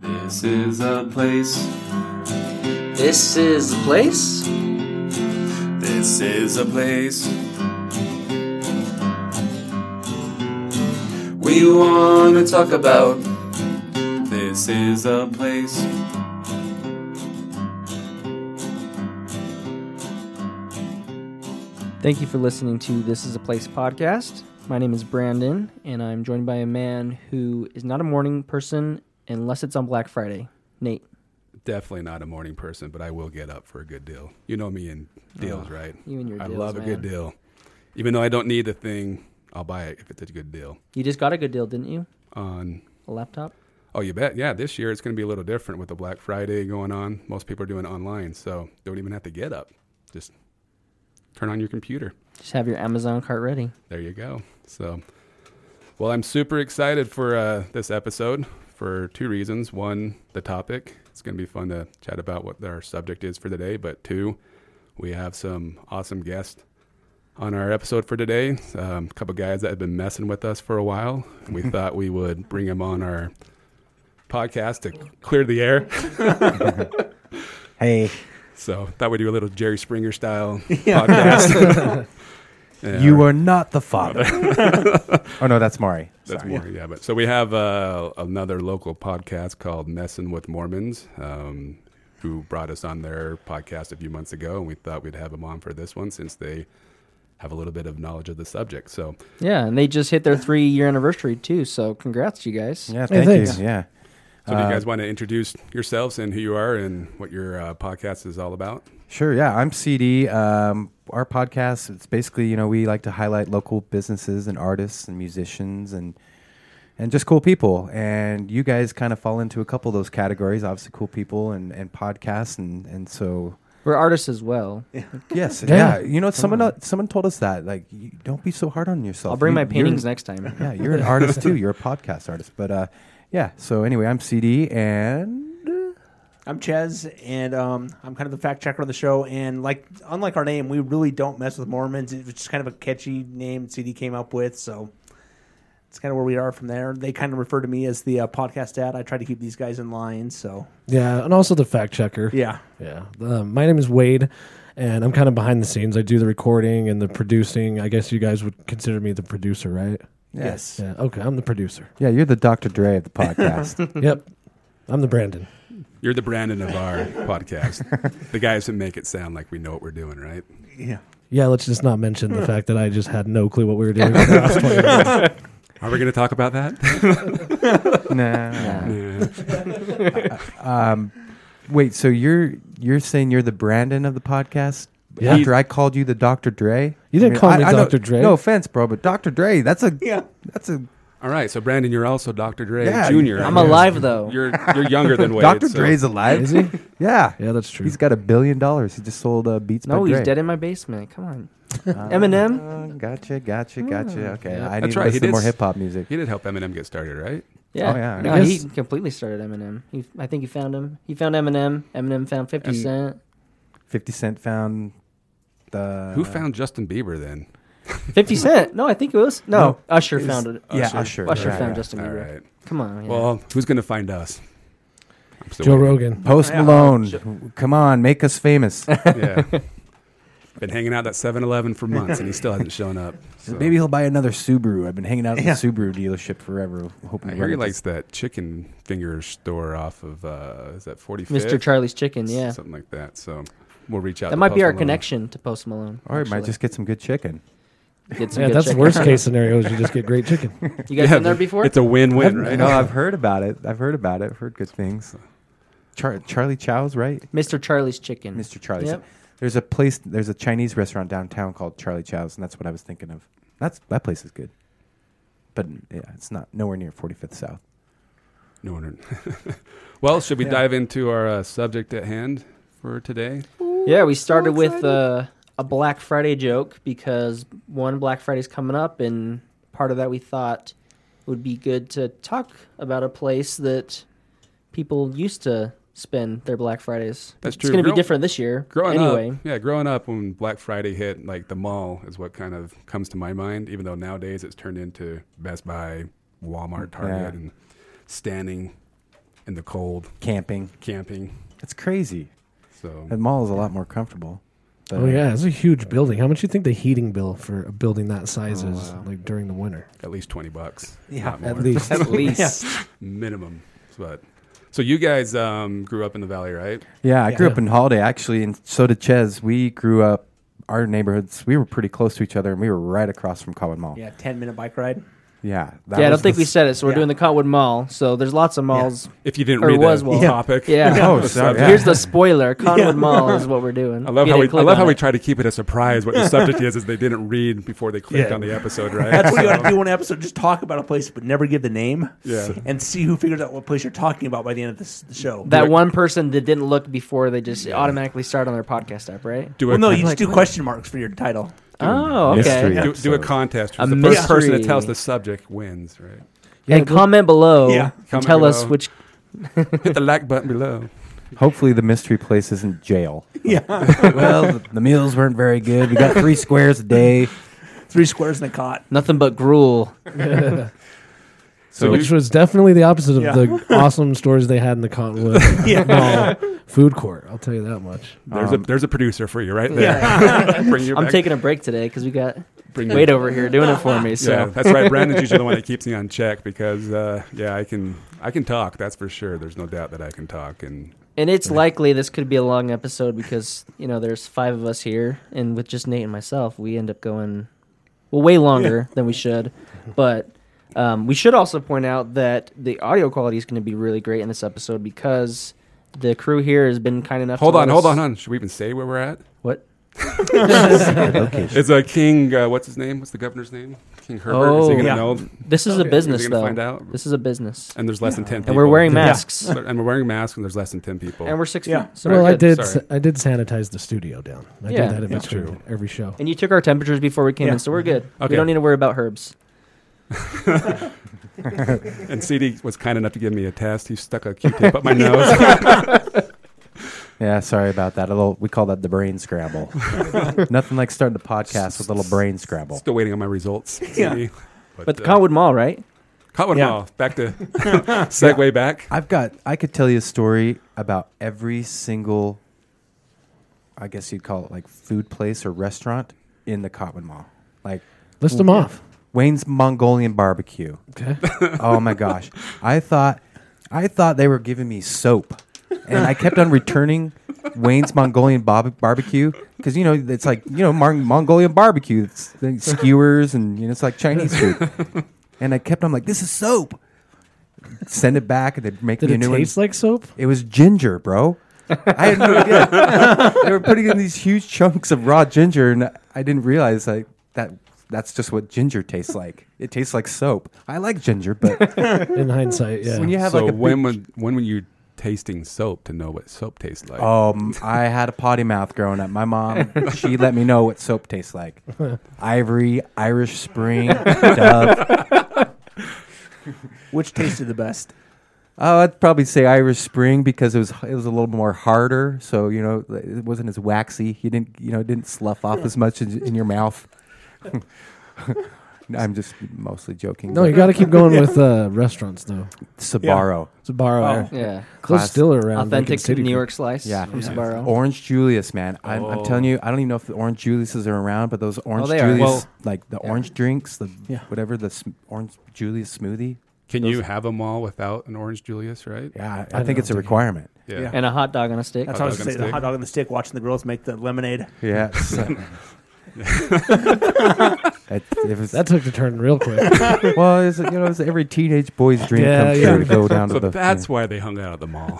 This is a place. This is the place. This is a place. We want to talk about. This is a place. Thank you for listening to This is a Place podcast. My name is Brandon, and I'm joined by a man who is not a morning person unless it's on Black Friday. Nate. definitely not a morning person, but I will get up for a good deal. You know me and deals, right? Oh, you and your I deals, love a good man. deal. Even though I don't need the thing, I'll buy it if it's a good deal. You just got a good deal, didn't you? On A laptop? oh, you bet. Yeah, this year it's going to be a little different with the Black Friday going on. Most people are doing it online, so don't even have to get up. Just turn on your computer. Just have your Amazon cart ready. There you go. So, well, I'm super excited for uh, this episode for two reasons. One, the topic. It's going to be fun to chat about what our subject is for today. But two, we have some awesome guests on our episode for today. Um, a couple guys that have been messing with us for a while. And we thought we would bring them on our podcast to clear the air. Hey, So, thought we'd do a little Jerry Springer style podcast. Yeah, you are not the father. oh no, that's Mari. That's Sorry. more, yeah. But so we have uh, another local podcast called Messin' with Mormons, um, who brought us on their podcast a few months ago, and we thought we'd have them on for this one since they have a little bit of knowledge of the subject. So Yeah, and they just hit their three year anniversary, too. So congrats, you guys. Yeah, thank thanks. you. Yeah. So, do you guys want to introduce yourselves and who you are and what your uh, podcast is all about? Sure. Yeah, I'm CD. Um, our podcast, it's basically you know we like to highlight local businesses and artists and musicians and and just cool people. And you guys kind of fall into a couple of those categories. Obviously, cool people and and podcasts and and so. We're artists as well. Yes. Yeah. Yeah. You know, someone someone told us that. Like, you, don't be so hard on yourself. I'll bring You- my you're- paintings next time. Yeah, you're an artist too. You're a podcast artist, but uh, yeah. So anyway, I'm CD, and uh, I'm Ches, and um, I'm kind of the fact checker on the show. And like, unlike our name, we really don't mess with Mormons. It's just kind of a catchy name CD came up with, so it's kind of where we are from there. They kind of refer to me as the uh, podcast dad. I try to keep these guys in line, so Yeah, and also the fact checker. yeah. Yeah. Uh, my name is Wade, and I'm kind of behind the scenes. I do the recording and the producing. I guess you guys would consider me the producer, right? Yes. Yeah. Okay, I'm the producer. yeah, you're the Dr. Dre of the podcast. yep. I'm the Brandon. You're the Brandon of our podcast, the guys that make it sound like we know what we're doing, right? Yeah. Yeah, let's just not mention the fact that I just had no clue what we were doing. for the last 20 minutes. Are we going to talk about that? nah. Yeah. Wait, so you're you're saying you're the Brandon of the podcast? Yeah. After I called you the Dr. Dre, You didn't call me know- Dr. Dre. No offense, bro, but Dr. Dre, that's a Yeah. that's a All right. So, Brandon, you're also Dr. Dre Yeah, Jr. I'm alive, though. You're you're younger than Wade. Dr. so- Dre's alive. Is he? Yeah, Yeah, that's true. he's got a billion dollars. He just sold uh, Beats. No, by he's Dre. dead in my basement. Come on. Eminem? Uh, gotcha, gotcha, gotcha. Okay, Oh. Yeah. I need That's to right, he listen to did more s- hip hop music. He did help Eminem get started, right? Yeah. Oh, yeah. No, I he guess- completely started Eminem. He, I think he found him. He found Eminem. Eminem found 50 And- Cent. Fifty Cent found the Uh-huh. Who found Justin Bieber then? 50 Cent? No, I think it was. No, No, Usher it was- found it. Yeah, Usher. Usher. Usher right, found right. Justin All Bieber. right. Come on. yeah. Well, who's going to find us? I'm still Joe waiting. Rogan. Post Yeah. Malone, come on, make us famous. Yeah. Been hanging out at 7 Eleven for months and he still hasn't shown up. So. Maybe he'll buy another Subaru. I've been hanging out at Yeah. the Subaru dealership forever, hoping. I to hear run he into- likes that chicken finger store off of, uh, is that 45th? Mr. Charlie's Chicken, S- yeah. Something like that. So we'll reach out. That to might be Post our Malone. connection to Post Malone. or he might actually. just get some good chicken. Get some Yeah, good that's the chicken. worst case scenario is you just get great chicken. You guys Yeah, been there before? It's a win win, right? You know, I've heard about it. I've heard about it. I've heard good things. Char- Charlie Chow's right, Mr. Charlie's Mm. Chicken. Mr. Charlie's. Yep. There's a place. There's a Chinese restaurant downtown called Charlie Chow's, and that's what I was thinking of. That's that place is good, but yeah, it's not nowhere near 45th South. No wonder. well, should we dive into our uh, subject at hand for today? Yeah, we started with uh, a Black Friday joke because one Black Friday's coming up, and part of that we thought would be good to talk about a place that people used to spend their Black Fridays. That's It's true. going to be Grow- different this year. Growing anyway, up, yeah, growing up when Black Friday hit, like the mall is what kind of comes to my mind. Even though nowadays it's turned into Best Buy, Walmart, Target, Yeah. and standing in in the cold, camping. camping. It's crazy. So The mall is a lot more comfortable. But, Oh yeah, it's a huge building. How much do you think the heating bill for a building that size is like during the winter? at least twenty bucks. Yeah, not At more. least. At least. minimum. But so you guys um, grew up in the valley, right? Yeah, I Yeah. grew up in Holiday actually, and so did Ches. We grew up our neighborhoods. We were pretty close to each other, and we were right across from Common Mall. Yeah, Yeah, ten minute bike ride. that yeah, I was don't think the we s- said it. So we're yeah. doing the Cottonwood Mall. So there's lots of malls. If you didn't Or read was the one. topic, Yeah. Oh, sorry, yeah. Here's the spoiler: Cottonwood Mall is what we're doing. I love You how we didn't I click love on how we it. try to keep it a surprise what the subject is is they didn't read before they clicked Yeah. on the episode, right? That's what you So, ought to do in an episode. Just talk about a place, but never give the name. Yeah. And see who figures out what place you're talking about by the end of this, the show. that one person that didn't look before they just automatically start on their podcast app, right? do a, well, no, do, you just do question marks for your title. Oh, okay. mystery. do a episode. contest. A the first person that mystery. tells the subject wins, right? and comment below. Yeah, comment tell us below. which. Hit the like button below. Hopefully, the mystery place isn't jail. Yeah. well, the meals weren't very good. We got three squares a day. Three squares in a cot. Nothing but gruel. So Which you- was definitely the opposite of Yeah. the awesome stories they had in the Cottonwood Mall food court. I'll tell you that much. there's a there's a producer for you right there. Um, bring you I'm back- taking a break today because we got bring you- Wade over here doing it for me. So Yeah, that's right. Brandon's usually the one that keeps me on check because uh, yeah, I can I can talk. That's for sure. There's no doubt that I can talk and And it's likely this could be a long episode because you know there's five of us here, and with just Nate and myself, we end up going well way longer than we should. But um, we should also point out that the audio quality is going to be really great in this episode because the crew here has been kind enough. Hold to on, let hold us- on, hold on. Should we even say where we're at? What? It's a King. Uh, what's his name? What's the governor's name? King Herbert. Is he Oh. going to Oh, Yeah. know? This is a business Is he though. gonna find out? This is a business, And there's less than ten people. and we're wearing masks, So- and we're wearing masks, and there's less than ten people. and we're six Yeah. feet. So well, we're I good. did. Sorry. I did sanitize the studio down. I Yeah. did that at Yeah. Mr. True. every show. And you took our temperatures before we came Yeah. in, so we're good. Okay. We don't need to worry about herbs. and CD was kind enough to give me a test. He stuck a Q-tip up my nose. Yeah, sorry about that. A little, we call that the brain scramble. Nothing like starting the podcast with a little brain scramble. Still waiting on my results. Yeah. CD. But the Conwood Mall, right? caught one Yeah. off. uh, Back to segue back. I've got. I could tell you a story about every single. I guess you'd call it like food place or restaurant in the Cotton Mall. Like List them off. Wayne's Mongolian barbecue. Okay. oh my gosh. I thought I thought they were giving me soap. And I kept on returning Wayne's Mongolian bob- barbecue because you know it's like you know Mar- Mongolian barbecue, it's the skewers and you know it's like Chinese food. And I kept on like this is soap. Send it back and they would make Did me a it new one. taste like soap? It was ginger, bro. I had no idea. they were putting in these huge chunks of raw ginger, and I didn't realize like that. That's just what ginger tastes like. It tastes like soap. I like ginger, but In hindsight, yeah. when you have so like a when big- would when were you tasting soap to know what soap tastes like? um, I had a potty mouth growing up. My mom, she let me know what soap tastes like. Ivory, Irish Spring, Dove. Which tasted the best? Oh, I'd probably say Irish Spring because it was it was a little more harder, so you know it wasn't as waxy. You didn't you know it didn't slough off as much in, in your mouth. I'm just mostly joking. no, you got to keep going with uh, restaurants though. Sabaro. It's a bar. Oh. Yeah. Those still are around. Lincoln Authentic City New Group. York slice. Yeah. From Yeah. Sbarro. Orange Julius, man. I'm, I'm telling Oh. you, I don't even know if the Orange Juliuses are around, but those Orange they are. Julius, Well- like the orange drinks, the Yeah. whatever the sm- Orange Julius smoothie. Can you have them all without an orange Julius? Right? Yeah, I, I think don't it's a think- requirement. Yeah. and a hot dog on a stick. That's Hot how I was dog going to on a say. The stick. hot dog on the stick, watching the girls make the lemonade. Yeah. it's, uh, it, it was, That took a turn real quick. well, it's, you know, it's every teenage boy's dream Yeah, come yeah. true to go down So to the. that's why they hung out at the mall.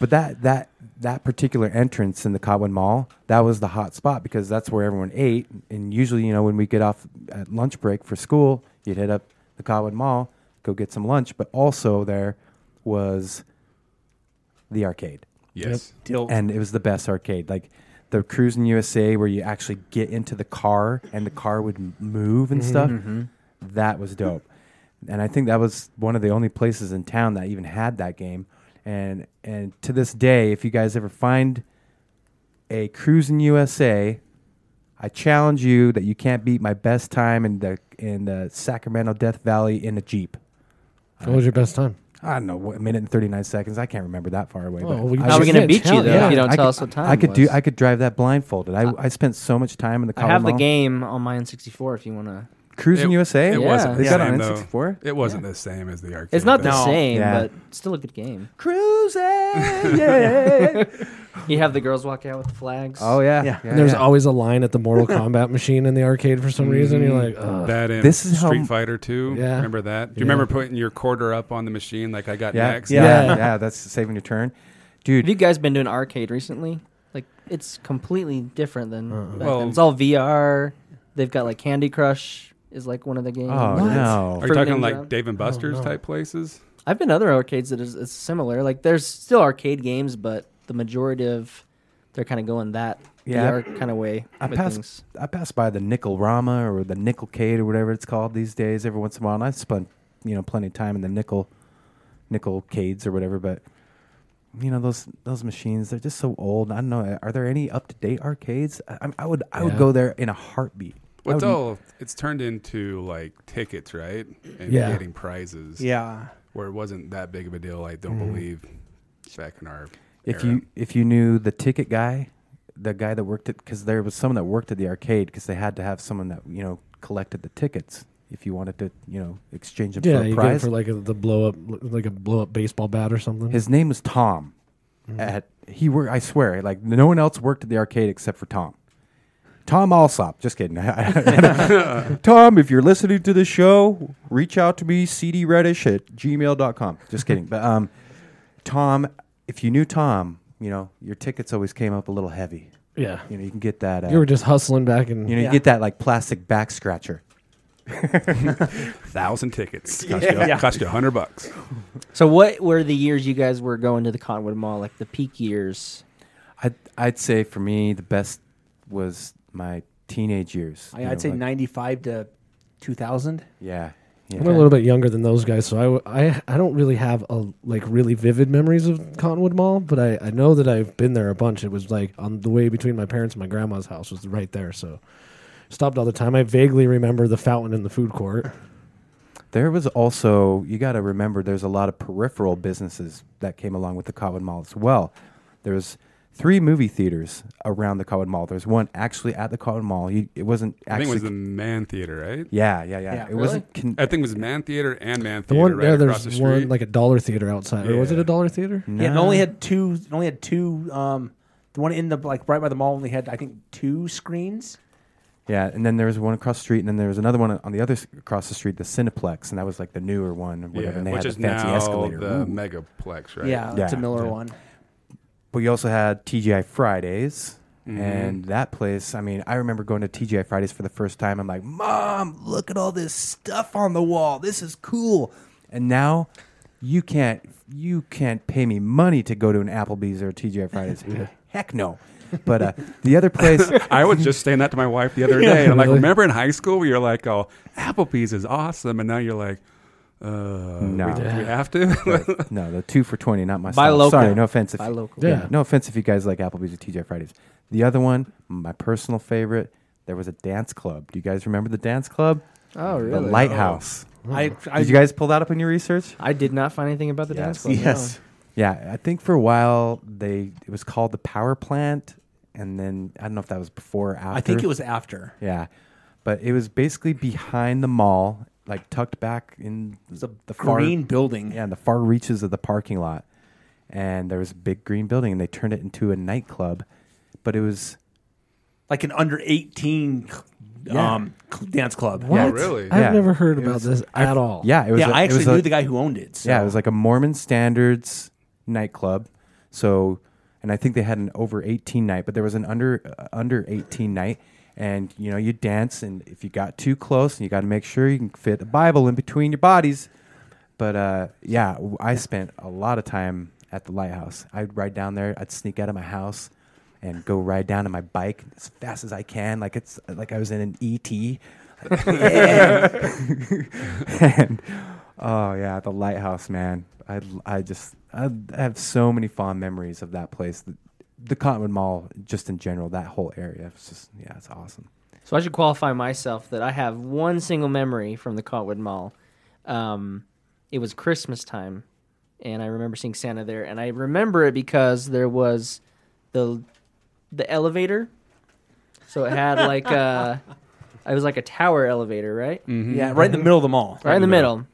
But that that that particular entrance in the Codwin Mall, that was the hot spot because that's where everyone ate. And usually, you know, when we get off at lunch break for school, you'd hit up the Codwin Mall, go get some lunch. But also there was the arcade, Yes. Till and it was the best arcade. Like the Cruise in USA, where you actually get into the car and the car would m- move Mm-hmm, and stuff. That was dope. And I think that was one of the only places in town that even had that game. And and to this day, if you guys ever find a cruise in USA, I challenge you that you can't beat my best time in the in the Sacramento Death Valley in a Jeep. what was your best time? I don't know, what, a minute and 39 seconds. I can't remember that far away. but Oh, Well, we I just How are we was- going to can't beat you, tell- though, yeah. if you don't I tell could- us what time I it could do. was? Uh, I could drive that blindfolded. I, I spent so much time in the I column. have the game on my N64 if you want to. Cruising It- USA. It Yeah. wasn't. They the got same, on though. N64. It wasn't the same as the arcade. It's not the though. No. same, Yeah. but still a good game. Cruising. Yeah. You have the girls walk out with the flags. oh yeah. Yeah. And there's yeah. always a line at the Mortal Kombat machine in the arcade for some reason. You're Mm. like, Ugh. That and Mm. This is how- Street Fighter 2. Yeah. Remember that? Do you Yeah. remember putting your quarter up on the machine like I got Yeah. next? Yeah. Yeah. yeah, That's saving your turn, Have dude. you guys been to an arcade recently? Like, it's completely different than. back then. Well- it's all VR. They've got like Candy Crush is like one of the games. Oh no. Are you Fruit talking Ninja. like Dave and Buster's no. type places? I've been to other arcades that is, is similar. Like, there's still arcade games, but the majority of they're kind of going that Yeah. VR kind of way I with passed- things. I pass by the Nickel Rama or the Nickelcade or whatever it's called these days every once in a while, and I've spent you know plenty of time in the nickel Nickelcades or whatever, but you know those those machines they're just so old. I don't know. Are there any up to date arcades? I, I'm- I would I would Yeah. go there in a heartbeat. I Well, it's would- all it's turned into like tickets, right? And Yeah. getting prizes. Yeah. Where it wasn't that big of a deal. I Mm-hmm. don't believe back in our if era. you if you knew the ticket guy, the guy that worked at because there was someone that worked at the arcade because they had to have someone that you know collected the tickets if you wanted to you know exchange them yeah, for a you get it prize. for like a, the blow up, like a blow up baseball bat or something. His name was Tom. At he worked, I swear, like no one else worked at the arcade except for Tom. Tom Alsop. Just kidding. Tom, if you're listening to the show, reach out to me, cdreddish at gmail.com. Just kidding. But um, Tom, if you knew Tom, you know, your tickets always came up a little heavy. yeah, You know, you can get that. Uh, you were just hustling back and you know, you Yeah. get that like plastic back scratcher. thousand tickets cost you, Yeah. cost you a hundred bucks. So, what were the years you guys were going to the Conwood Mall? Like the peak years? I'd, I'd say for me, the best was my teenage years. I, you know, I'd say like- 95 to 2000. Yeah. yeah. I'm a little bit younger than those guys, so I, w- I, I don't really have a like really vivid memories of Cottonwood Mall, but I, I know that I've been there a bunch. It was like on the way between my parents and my grandma's house was right there, so stopped all the time. I vaguely remember the fountain in the food court. There was also you got to remember there's a lot of peripheral businesses that came along with the Cottonwood Mall as well. There was three movie theaters around the Cottonwood Mall. There's one actually at the Cottonwood Mall. You, it wasn't I actually. think it was the Man Theater, right? yeah, yeah, yeah. Yeah, it really? wasn't. Con- I think it was Man Theater and Man The Theater one right there, across there's the street. one like a dollar theater outside, or was it Yeah. a dollar theater? Yeah, it only had two. It only had two. Um, the one in the like right by the mall only had I think two screens. yeah, and then there was one across the street, and then there was another one on the other s- across the street, the Cineplex, and that was like the newer one, or whatever. yeah, and they which had is the fancy now escalator. the Ooh. Megaplex, right? Yeah, it's a Yeah. Miller Yeah. one. But you also had TGI Fridays. And that place, I mean, I remember going to TGI Fridays for the first time. I'm like, Mom, look at all this stuff on the wall. This is cool. And now you can't you can't pay me money to go to an Applebee's or a TGI Fridays. Heck no. But uh, the other place I was just saying that to my wife the other day. and I'm like, remember in high school where you're like, oh, Applebee's is awesome. And now you're like, uh, No. we, we have to? No, the two for twenty, not my Buy style. local. Sorry, no offense. If, Buy local. Yeah. Yeah. no offense if you guys like Applebee's or TJ Fridays. The other one, my personal favorite, there was a dance club. Do you guys remember the dance club? Oh, The really? Lighthouse. I, Oh. I Did you guys pull that up in your research? I did not find anything about the dance club. yes. Yeah, I think for a while they it was called the Power Plant, and then I don't know if that was before or after. I think it was after. Yeah, but it was basically behind the mall, like tucked back in It was a the far- green building. yeah, in the far reaches of the parking lot. And there was a big green building, and they turned it into a nightclub. But it was like an under 18 Yeah. um, cl- dance club. Yeah. Oh, really? I've Yeah. never heard It about was- this at all. yeah, it was. yeah, a- I it was actually a- knew the guy who owned it. So. Yeah, it was like a Mormon standards nightclub. So, and I think they had an over eighteen night, but there was an under uh, under eighteen night, and you know you dance, and if you got too close, and you got to make sure you can fit a Bible in between your bodies. But uh, yeah, w- I spent a lot of time at the lighthouse. I'd ride down there. I'd sneak out of my house. And go ride down on my bike as fast as I can, like it's like I was in an E ET. and oh yeah, the lighthouse, man. I I just I have so many fond memories of that place. The, the Cottonwood Mall, just in general, that whole area. It's just yeah, it's awesome. So I should qualify myself that I have one single memory from the Cotwood Mall. Um, it was Christmas time, and I remember seeing Santa there, and I remember it because there was the the elevator. So it had like a, it was like a tower elevator, right? Mm-hmm. Yeah, right in the middle of the mall. right in the middle.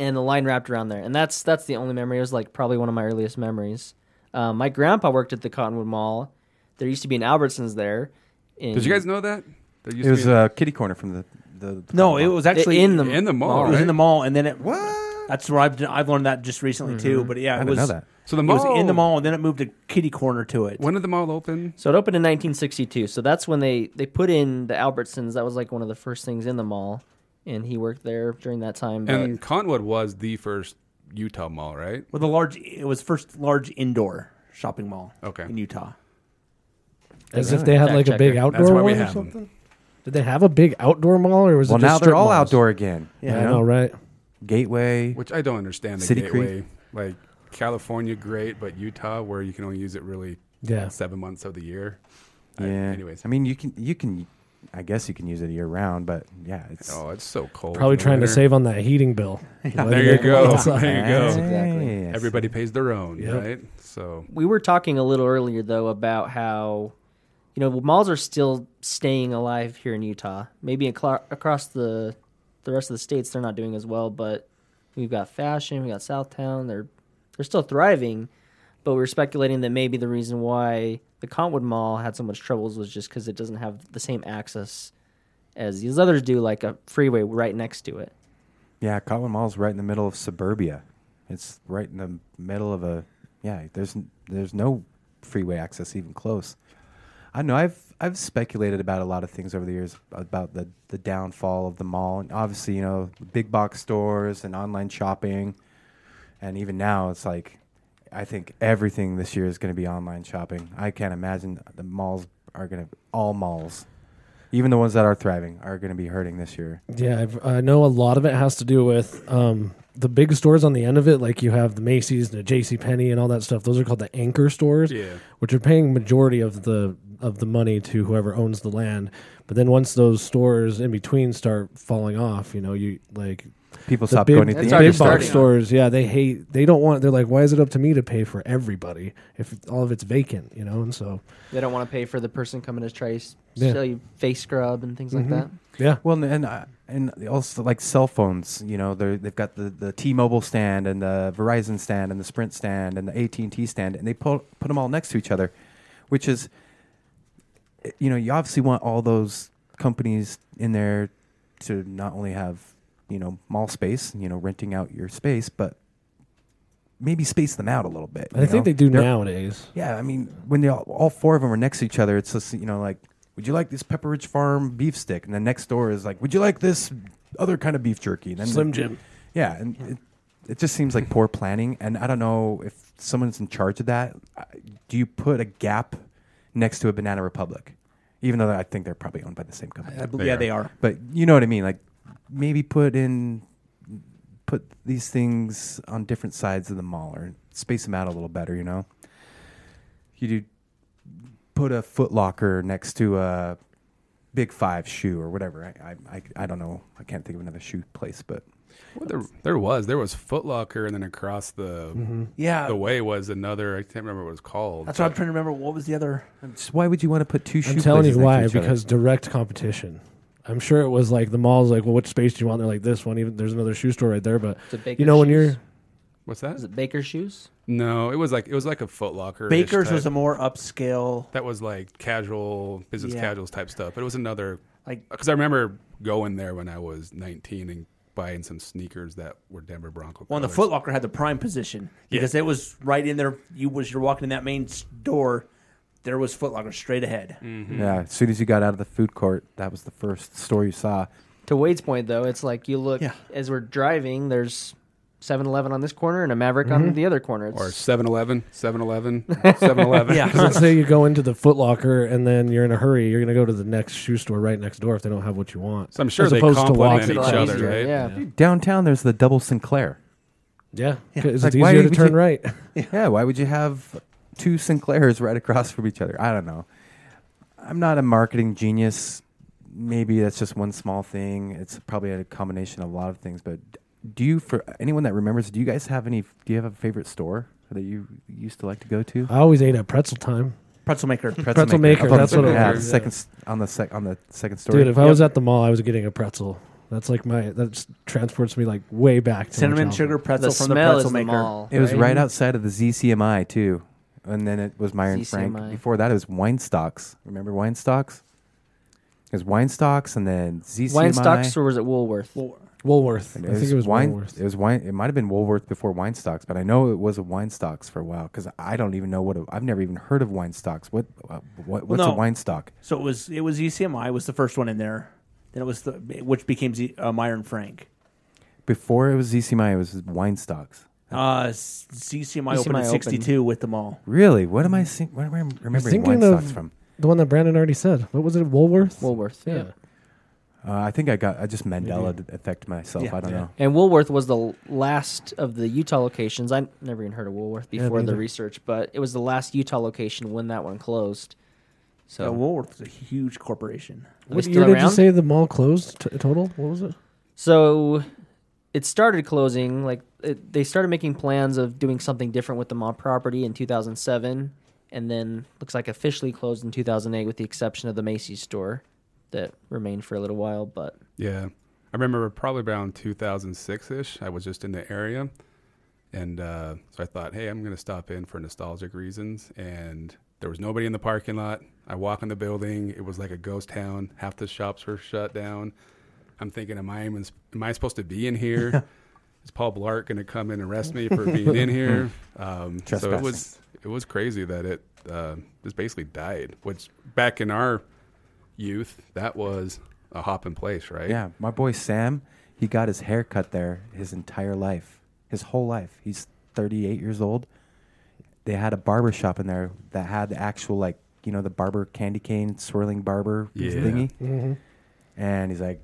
and the line wrapped around there. And that's that's the only memory. It was like probably one of my earliest memories. Um, my grandpa worked at the Cottonwood Mall. There used to be an Albertsons there. In, Did you guys know that? There used It was uh, to be a kitty corner from the. the, the No, it was actually in the in the mall. It was right? in the mall, and then it. That's where I've I've learned that just recently too. But Mm-hmm. yeah, I it didn't was know that. so the It mall was in the mall, and then it moved to kitty corner to it. When did the mall open? So it opened in 1962. So that's when they they put in the Albertsons. That was like one of the first things in the mall, and he worked there during that time. But And Conwood was the first Utah mall, right? With a large, it was first large indoor shopping mall. Okay. in Utah. As if they had Fact like a big checker. outdoor That's why one we or have them. something. Did they have a big outdoor mall or was Well, it just now they're strip all malls? outdoor again. Yeah, you I know, right? Gateway. Which I don't understand the City gateway. Like California, great, but Utah, where you can only use it really Yeah. seven months of the year. I- Yeah. uh, anyways, I mean, you can you can, I guess you can use it year round, but yeah, it's oh, it's so cold. Probably in the trying to winter. save on that heating bill. There you go. there you go. Exactly. Yes. Everybody pays their own, Yep. right? So we were talking a little earlier though about how you know malls are still staying alive here in Utah. Maybe aclo- across the the rest of the states they're not doing as well, but we've got fashion, we got Southtown, they're they're still thriving. But we are speculating that maybe the reason why the Conwood Mall had so much troubles was just because it doesn't have the same access as these others do, like a freeway right next to it. Yeah, Cotton Mall's right in the middle of suburbia. It's right in the middle of a yeah. There's n- there's no freeway access even close. I know I've I've speculated about a lot of things over the years about the the downfall of the mall, and obviously you know big box stores and online shopping, and even now it's like I think everything this year is going to be online shopping. I can't imagine the malls are going to all malls, even the ones that are thriving, are going to be hurting this year. Yeah, I've, I know a lot of it has to do with um, the big stores on the end of it. Like you have the Macy's and the J.C. Penney and all that stuff. Those are called the anchor stores, Yeah. which are paying majority of the of the money to whoever owns the land. But then once those stores in between start falling off, you know, you like People the stop big, going to the the That's big already anchor store. box starting. stores. Yeah, they hate. They don't want. They're like, why is it up to me to pay for everybody if all of it's vacant? You know, and so They don't want to pay for the person coming to try to s- Yeah. Mm-hmm. sell you face scrub and things like that. yeah, Well, and and, uh, and also like cell phones, you know, they they've got the, the T-Mobile stand and the Verizon stand and the Sprint stand and the AT and T stand, and they put put them all next to each other, which is, eh, you know, you obviously want all those companies in there to not only have you know mall space, you know, renting out your space, but maybe space them out a little bit. I you think know? they do They're- nowadays. yeah, I mean, when they all, all four of them are next to each other, it's just you know like, would you like this Pepper Ridge Farm beef stick? And then next door is like, would you like this other kind of beef jerky? And then Slim Jim. Yeah, and it, it just seems like poor planning. And I don't know if someone's in charge of that. I- Do you put a Gap next to a Banana Republic, even though I think they're probably owned by the same company? I believe, yeah, they are. But you know what I mean? Like maybe put in put these things on different sides of the mall or space them out a little better, you know? You do put a foot locker next to a big five shoe or whatever. I, I, I, I don't know. I can't think of another shoe place, but well, there, there was there was Foot Locker, and then across the Yeah, the way was another. I can't remember what it was called. that's what I'm trying to remember. What was the other? so why would you want to put two shoe I'm telling places you next to why each other? because direct competition. I'm sure it was like the mall's like, well, which space do you want? They're like this one. Even there's another shoe store right there, but It's a Baker's you know when shoes. you're What's that? Is it Baker shoes? No, it was like it was like a Foot Locker. Baker's was a more upscale. that was like casual business Yeah. casuals type stuff. But it was another Like because I remember going there when I was 19 and buying some sneakers that were Denver Bronco. well, and the colors. Foot Locker had the prime position because it was right in there. You was you're walking in that main s- door, there was Foot Locker straight ahead. Yeah, as soon as you got out of the food court, that was the first store you saw. To Wade's point, though, it's like you look as we're driving. There's 7-Eleven on this corner and a Maverick on the other corner. It's, or 7-Eleven, 7-Eleven, 7-Eleven. Yeah. because let's say you go into the Foot Locker and then you're in a hurry, you're gonna go to the next shoe store right next door if they don't have what you want. So I'm sure As they opposed to complement walking. each It's a lot other, easier, right? Yeah. Mm-hmm. Downtown, there's the double Sinclair. Yeah, 'cause Like, it's why easier to would turn you- right. Yeah, why would you have two Sinclairs right across from each other? I don't know. I'm not a marketing genius. Maybe that's just one small thing. It's probably a combination of a lot of things, but do you for anyone that remembers? Do you guys have any? Do you have a favorite store that you used to like to go to? I always ate at pretzel time. Pretzel maker. Pretzel Maker, Up on that's the- what it yeah, was, yeah. Second s- on the sec on the second story. Dude, if I was at the mall, I was getting a pretzel. That's like my that just transports me like way back to my Cinnamon childhood. sugar pretzel the from the smell pretzel is the maker. mall. it was right outside of the ZCMI too, and then it was Meyer and Frank. ZCMI. Before that, it was Weinstocks. Remember Weinstocks? It was Weinstocks, and then ZCMI. Wine stocks or was it Woolworth? Woolworth. And I think it was Wein- Woolworth. It was wine. It might have been Woolworth before Weinstocks, but I know it was a Weinstocks for a while because I don't even know what a, I've never even heard of Weinstocks. What, uh, what what's no. a Weinstock? So it was it was E ECMI was the first one in there. Then it was the which became Z, uh, Meyer and Frank. Before it was ZCMI, it was Weinstocks. Uh, s- CCMI E opened ECMI in '62 with the mall. Really? What am I think? What am I remembering thinking Weinstocks of- from? The one that Brandon already said. What was it? Woolworth. Woolworth, yeah. Uh, I think I got I just Mandela d- affect myself. Yeah. I don't Yeah. know. And Woolworth was the l- last of the Utah locations. I never even heard of Woolworth Yeah, me before the either. research, but it was the last Utah location when that one closed. So So Woolworth is a huge corporation. Are What they year still did you around? say the mall closed t- total? What was it? So it started closing. Like it, they started making plans of doing something different with the mall property in 2007, and then looks like officially closed in 2008, with the exception of the Macy's store that remained for a little while. But Yeah. I remember probably around 2006 ish. I was just in the area. And uh, so I thought, hey, I'm going to stop in for nostalgic reasons. And there was nobody in the parking lot. I walk in the building. It was like a ghost town. Half the shops were shut down. I'm thinking, am I, even, am I supposed to be in here? Is Paul Blart going to come in and arrest me for being in here? Um, so it Mm. Trespassing. was it was crazy that it uh, just basically died. Which back in our youth, that was a hop in place, right? Yeah, my boy Sam, he got his hair cut there his entire life, his whole life. He's 38 years old. They had a barber shop in there that had the actual like you know the barber candy cane swirling barber Yeah. thingy, Mm-hmm. and he's like,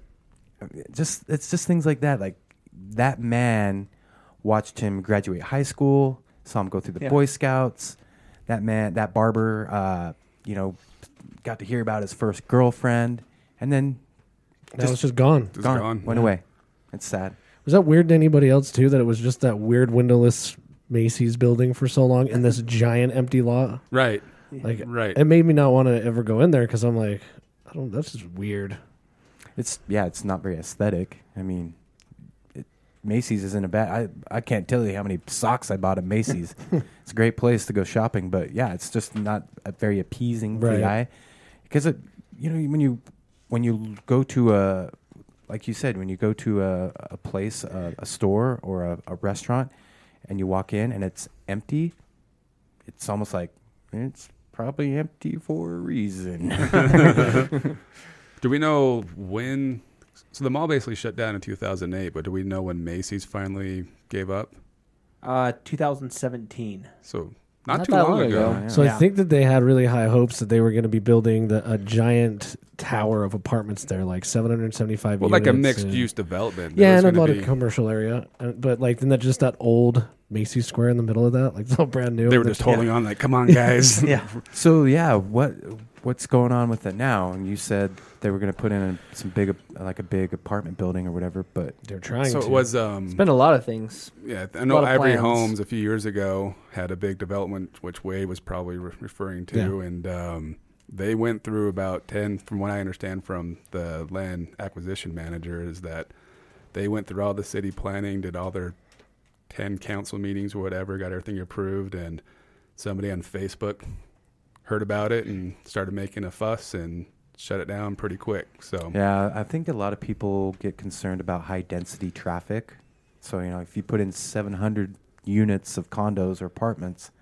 just it's just things like that. Like that man watched him graduate high school, saw him go through the Yeah. Boy Scouts. That man, that barber, uh, you know, got to hear about his first girlfriend, and then That was just gone. It's gone, gone. went Yeah. away. It's sad. Was that weird to anybody else too? That it was just that weird windowless Macy's building for so long and this giant empty lot. Right. Like Right. it made me not want to ever go in there because I'm like, I don't. That's just weird. It's yeah, it's not very aesthetic. I mean, it, Macy's isn't a bad. I I can't tell you how many socks I bought at Macy's. it's a great place to go shopping, but yeah, it's just not a very appeasing for the Right. eye because it, you know when you when you go to a like you said when you go to a a place a, a store or a, a restaurant and you walk in and it's empty, it's almost like it's probably empty for a reason. Do we know when? So the mall basically shut down in 2008, but do we know when Macy's finally gave up? Uh, 2017. So not, Not too that long, long ago. ago. So Yeah. I think that they had really high hopes that they were going to be building the, a giant tower of apartments there, like 775. Well, like a units mixed and- use development. Yeah, There and was a lot gonna of be- commercial area, Uh, but like then that just that old Macy's Square in the middle of that, like it's all brand new. They were just holding on, like, come on, guys. Yeah, So yeah, what what's going on with it now? And you said they were going to put in a, some big like a big apartment building or whatever, but They're trying. So to. it was. Um, been a lot of things. yeah, I know lot of Ivory plans. Homes a few years ago had a big development, which Wade was probably re- referring to, Yeah. and um, they went through about ten. From what I understand from the land acquisition manager, is that they went through all the city planning, did all their 10 council meetings or whatever, got everything approved, and somebody on Facebook heard about it and started making a fuss and shut it down pretty quick. So, yeah, I think a lot of people get concerned about high density traffic. So you know, if you put in 700 units of condos or apartments,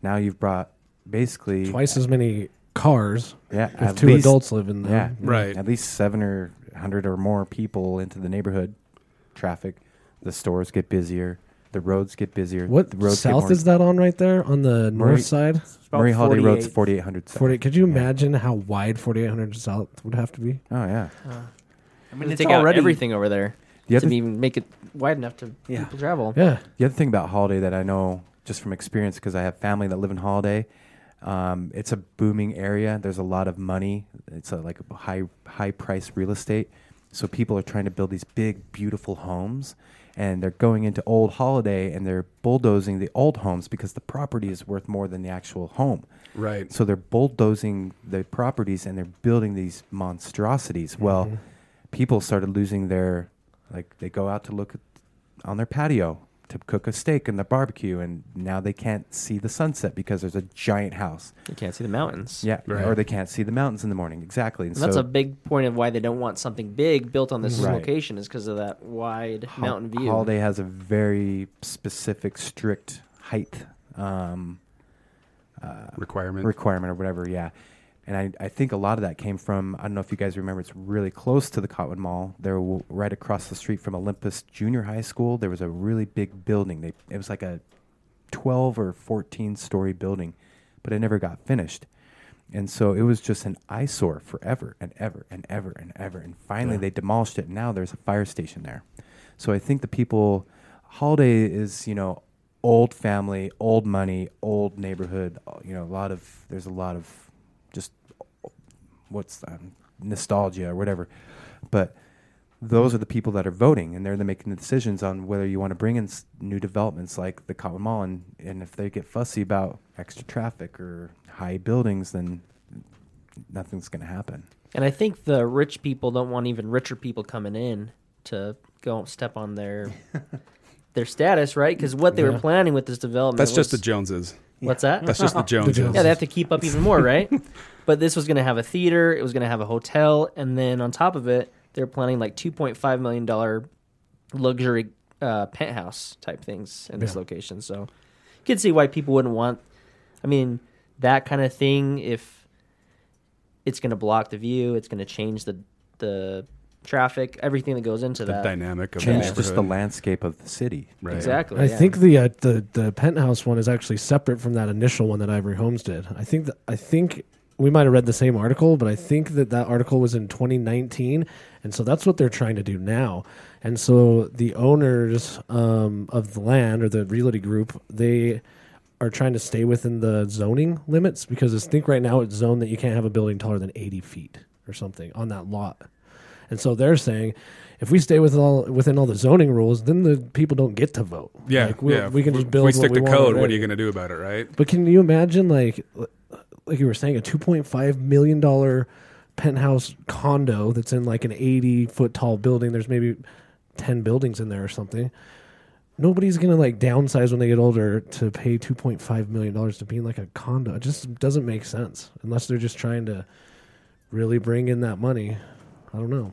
now you've brought basically twice as many cars Yeah, if at two least- adults live in them. Yeah, Right. At least seven or hundred or more people into the neighborhood. Traffic, the stores get busier, the roads get busier. What the roads get south more- is that on right there on the Murray- north side? It's about Murray Holiday Road's 48. 4800 south. Forty. Could you Yeah. imagine how wide 4800 South would have to be? Oh yeah. I mean, it's take out already everything over there The other, to even make it wide enough to Yeah. people travel. Yeah, the other thing about Holiday that I know just from experience, because I have family that live in Holiday, um, it's a booming area. There's a lot of money. It's a, like a high high price real estate, so people are trying to build these big beautiful homes, and they're going into Old Holiday and they're bulldozing the old homes because the property is worth more than the actual home. Right. So they're bulldozing the properties and they're building these monstrosities. Mm-hmm. Well, people started losing their like they go out to look at, on their patio to cook a steak and the barbecue and now they can't see the sunset because there's a giant house. You can't see the mountains. Yeah, Right. or they can't see the mountains in the morning. Exactly. And And that's so a big point of why they don't want something big built on this Right. location is because of that wide Hol- mountain view. Holiday has a very specific, strict height um, Requirement. requirement or whatever. Yeah. And I, I think a lot of that came from, I don't know if you guys remember, it's really close to the Cotwood Mall. They're w- right across the street from Olympus Junior High School. There was a really big building. They, it was like a 12 or 14 story building, but it never got finished. And so it was just an eyesore forever and ever and ever and ever. And finally they demolished it. And now there's a fire station there. So I think the people, Holiday is, you know, old family, old money, old neighborhood. You know, a lot of, there's a lot of just what's um, nostalgia or whatever. But those are the people that are voting, and they're the making the decisions on whether you want to bring in s- new developments like the Cotton Mall, and, and if they get fussy about extra traffic or high buildings, then nothing's going to happen. And I think the rich people don't want even richer people coming in to go step on their their status, right? Because what they were Yeah. planning with this development That's just the was- Joneses. what's that? That's just the Joneses. Joneses. yeah, they have to keep up even more, right? but this was going to have a theater, it was going to have a hotel, and then on top of it, they're planning like two point five million dollar luxury uh, penthouse type things in this Yeah. location. So you can see why people wouldn't want. I mean, that kind of thing. If it's going to block the view, it's going to change the the traffic, everything that goes into The that. dynamic of Change the just the landscape of the city. Right. Exactly. I yeah. think the, uh, the the penthouse one is actually separate from that initial one that Ivory Holmes did. I think that, I think we might have read the same article, but I think that that article was in 2019, and so that's what they're trying to do now. And so the owners um, of the land or the realty group, they are trying to stay within the zoning limits because I think right now it's zoned that you can't have a building taller than 80 feet or something on that lot. And so they're saying, if we stay with all within all the zoning rules, then the people don't get to vote. Yeah, Like, we'll- yeah. we can If just build. We stick what to we want code. What are already. you going to do about it, right? But can you imagine, like, like you were saying, a two point five million dollar penthouse condo that's in like an eighty foot tall building? There's maybe ten buildings in there or something. Nobody's gonna like downsize when they get older to pay two point five million dollars to be in like a condo. It just doesn't make sense unless they're just trying to really bring in that money. I don't know.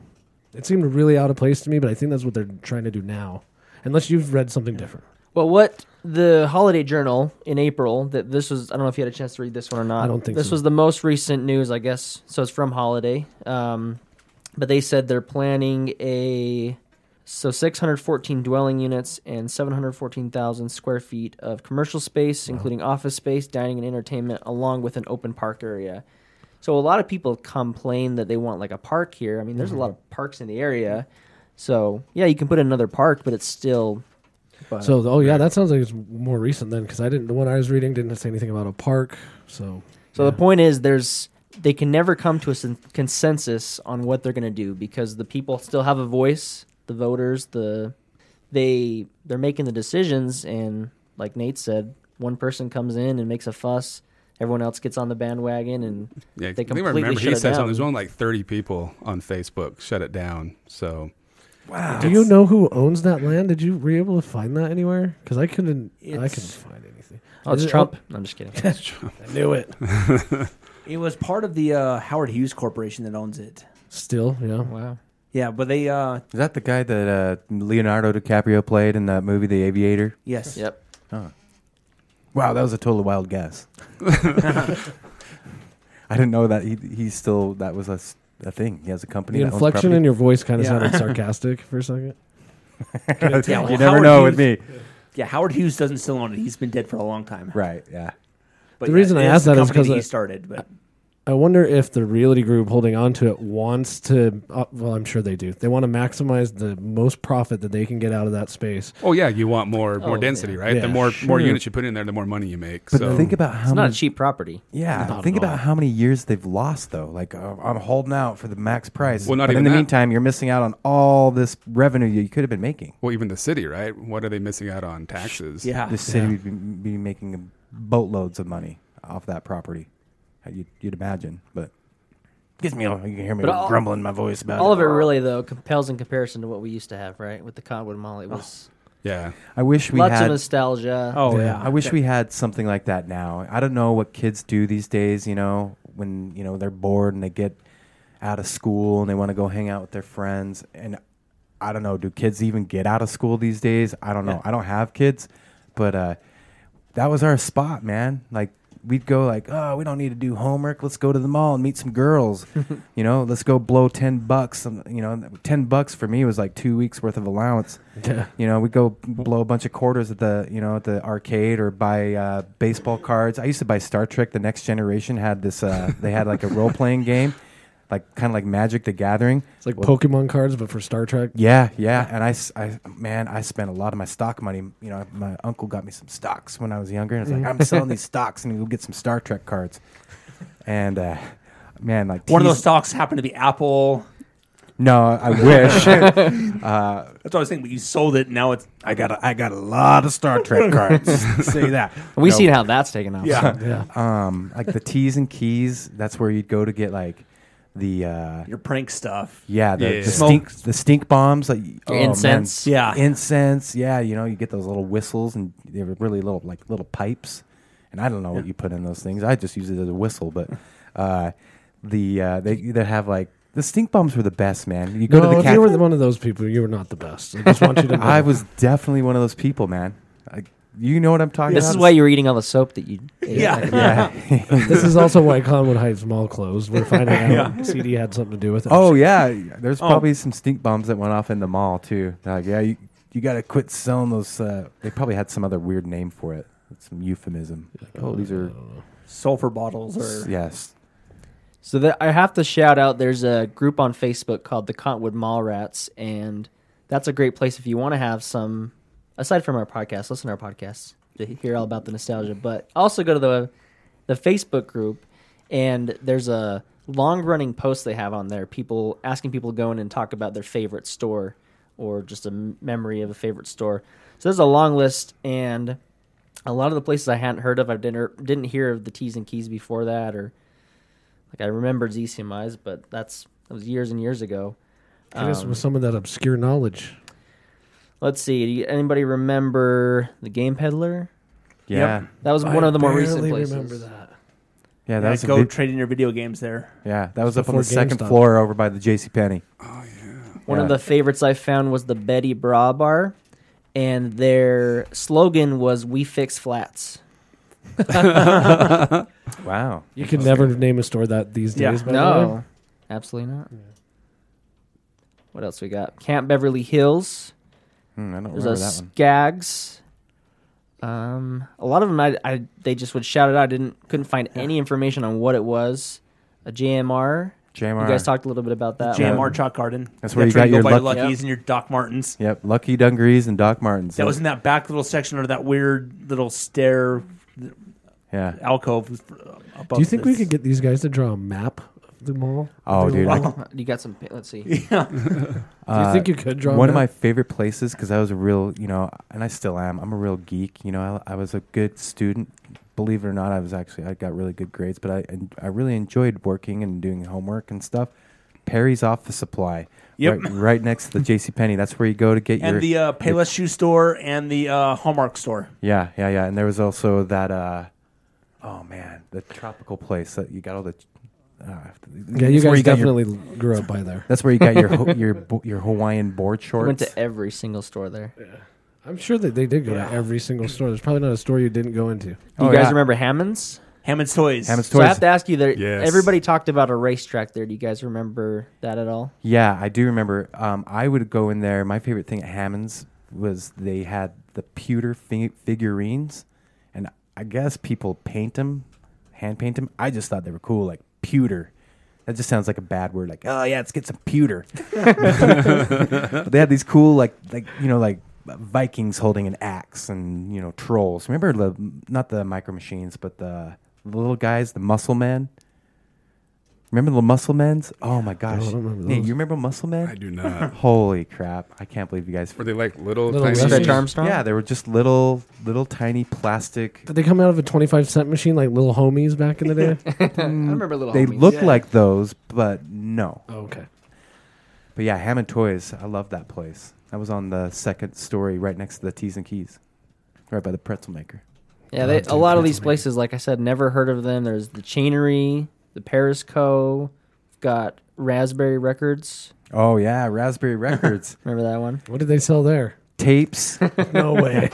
It seemed really out of place to me, but I think that's what they're trying to do now. Unless you've read something different. Well, what the Holiday Journal in April that this was I don't know if you had a chance to read this one or not. I don't think this so. was the most recent news, I guess. So it's from Holiday, um, but they said they're planning a so 614 dwelling units and 714,000 square feet of commercial space, including office space, dining, and entertainment, along with an open park area. So a lot of people complain that they want like a park here. I mean, there's a lot Mm-hmm. of parks in the area. So yeah, you can put in another park, but it's still. But So, oh yeah, that sounds like it's more recent then, because I didn't. The one I was reading didn't say anything about a park. So, So the point is, there's they can never come to a sen- consensus on what they're going to do because the people still have a voice, the voters, the they they're making the decisions, and like Nate said, one person comes in and makes a fuss, everyone else gets on the bandwagon, and they Yeah, I think I completely remember shut he it said down. something. There's only like 30 people on Facebook shut it down. So do you know who owns that land? Did you were you able to find that anywhere? Because I couldn't. I couldn't It's- find anything. oh, it's Is it- Trump. No, I'm just kidding. I knew it. It was part of the uh, Howard Hughes Corporation that owns it. Still, yeah. wow. Yeah, but they uh, Is that the guy that uh, Leonardo DiCaprio played in that movie, The Aviator? yes, Yep. Wow, that was a total wild guess. I didn't know that he, he's still, that was a, s- a thing. He has a company. The that owns inflection property. in your voice kind of Yeah. sounded sarcastic for a second. Yeah, well, you never Howard know Hughes- with me. Yeah, Howard Hughes doesn't still own it. He's been dead for a long time. Right, yeah. But The reason I it asked the that is uh, company 'cause he I- started. But I wonder if the realty group holding on to it wants to. Uh, well, I'm sure they do. They want to maximize the most profit that they can get out of that space. Oh yeah, you want more more Oh, density, yeah. right? the Yeah, more more sure. units you put in there, the more money you make. But so think about how It's not a many, cheap property. yeah, at think all. about how many years they've lost though. Like uh, I'm holding out for the max price. Well, not but in even the that. meantime, you're missing out on all this revenue you could have been making. well, even the city, right? What are they missing out on taxes? Yeah. The city would be, be making boatloads of money off that property. Uh, You'd, you'd imagine, but gives me all you can hear me But all- grumbling in my voice about All it. of it really though compels in comparison to what we used to have, right? With the Conwood Mall, it was yeah. I wish we lots had of nostalgia. Oh Yeah, yeah. I wish we had something like that now. I don't know what kids do these days, you know, when, you know, they're bored and they get out of school and they want to go hang out with their friends and I don't know, do kids even get out of school these days? I don't know. I don't have kids, but uh that was our spot, man. Like we'd go like, "Oh, we don't need to do homework. Let's go to the mall and meet some girls." you know, let's go blow 10 bucks, some, you know, 10 bucks for me was like 2 weeks worth of allowance. Yeah. You know, we go blow a bunch of quarters at the you know at the arcade or buy uh, baseball cards. I used to buy Star Trek: The Next Generation had this. Uh, they had like a role playing game, like kind of like Magic: The Gathering. It's like Well, Pokemon cards, but for Star Trek. Yeah, yeah. And I, s- I- man, I spent a lot of my stock money. You know, my uncle got me some stocks when I was younger, and I was like, I'm selling these stocks, and we'll get some Star Trek cards. And uh, man, like One of teas- those stocks happened to be Apple. No, I wish. That's what I was thinking. But you sold it. Now it's I got a, I got a lot of Star Trek cards. Say that. we No. seen how that's taken off. yeah. Yeah. um, like the T's and keys. That's where you'd go to get like the uh, Your prank stuff. yeah the, Yeah. the stink the stink bombs like oh, man. incense. Yeah. incense yeah you know you get those little whistles and they were really little like little pipes and I don't know what you put in those things I just use it as a whistle but uh, the uh, they that have like the stink bombs were the best man you go no, to the if you were cafe. the- one of those people, you were not the best. I just want you to. Know. I was definitely one of those people man like you know what I'm talking This about is why you were eating all the soap that you. Ate. Yeah. yeah This is also why Conwood Heights Mall closed. We're finding out CD had something to do with it. Oh yeah, there's probably some stink bombs that went off in the mall too. They're like, yeah, you you got to quit selling those. Uh, they probably had some other weird name for it, some euphemism. Like, oh, these are Sulfur bottles or yes. So that I have to shout out. There's a group on Facebook called the Cottonwood Mall Rats, and that's a great place if you want to have some. Aside from our podcast, listen to our podcasts to hear all about the nostalgia, but also go to the the Facebook group, and there's a long running post they have on there. People asking people to go in and talk about their favorite store or just a m- memory of a favorite store. So there's a long list, and a lot of the places I hadn't heard of, I didn't didn't hear of the T's and Keys before that, or like I remembered ZCMIs, but that's that was years and years ago. Hit us with some of that obscure knowledge. Let's see. Do you, anybody remember the Game Peddler? Yeah, That was one of the more recent barely places. remember that. yeah, that Yeah, was a go big- trade in your video games there. yeah, that was up on before the second GameStop. floor over by the J.C. Penney. One Yeah. of the favorites I found was the Betty Bra Bar, and their slogan was "We fix flats." Wow, You could never name a store that these Yeah. days. by the way. No, absolutely not. What else we got? Camp Beverly Hills. Hmm, I don't There's remember a that one. Skags. Um, a lot of them, I, I they just would shout it out. I didn't couldn't find any information on what it was. A JMR. JMR. You guys talked a little bit about that. Jam one. Chalk Garden. That's where you got go your buy Lucky- Luckies and your Doc Martens. Yep, Lucky Dungarees and Doc Martens. That was in that back little section or that weird little stair yeah. alcove. uh, Above Do you think we this. could get these guys to draw a map of the mall? Oh, dude, I Uh, You got some. Let's see. Do you think you could draw? uh, one a of my map? favorite places because I was a real, you know, and I still am. I'm a real geek. You know, I, I was a good student. Believe it or not, I was actually I got really good grades, but I and I really enjoyed working and doing homework and stuff. Perry's Office Supply, Yep. right, right next to the J.C. Penney. That's where you go to get And your the uh, Payless shoe store and the uh, Hallmark store. yeah, yeah, yeah. And there was also that. uh Oh man, the tropical place that you got all the. Uh, Yeah, that's where you guys got your- definitely grew up by there. that's where you got your ho- your bo- your Hawaiian board I shorts. went to every single store there. I'm sure that they did go to every single store. There's probably not a store you didn't go into. Oh, you guys yeah. remember Hammond's? Hammond's Toys. Hammond's So I Toys. have to ask you that Yes. everybody talked about a racetrack there. Do you guys remember that at all? Yeah, I do remember. Um, I would go in there. My favorite thing at Hammond's was they had the pewter fi- figurines, and I guess people paint them, hand paint them. I just thought they were cool, like pewter. That just sounds like a bad word. Like, oh yeah, let's get some pewter. but they had these cool, like, like you know, like Vikings holding an axe and you know trolls. Remember the not the micro machines, but the, the little guys, the muscle men. Remember the little muscle men's? Oh my gosh! I don't remember Nate, those. you remember muscle men? I do not. Holy crap! I can't believe you guys. Were they like little, Little tiny? Stretch Stretch Armstrong? Armstrong. Yeah, they were just little, little tiny plastic. Did they come out of a 25 cent machine like little homies back in the day? I remember little. They homies. look Yeah. like those, but no. oh, okay. But yeah, Hammond Toys. I love that place. I was on the second story, right next to the Teas and Keys, right by the pretzel maker. Yeah, they, Oh, a dude, lot of that's these places, like I said, never heard of them. There's the Chainery, the Paris Co. We've got Raspberry Records. Oh yeah, Raspberry Records Remember that one? What did they sell there? tapes, No way.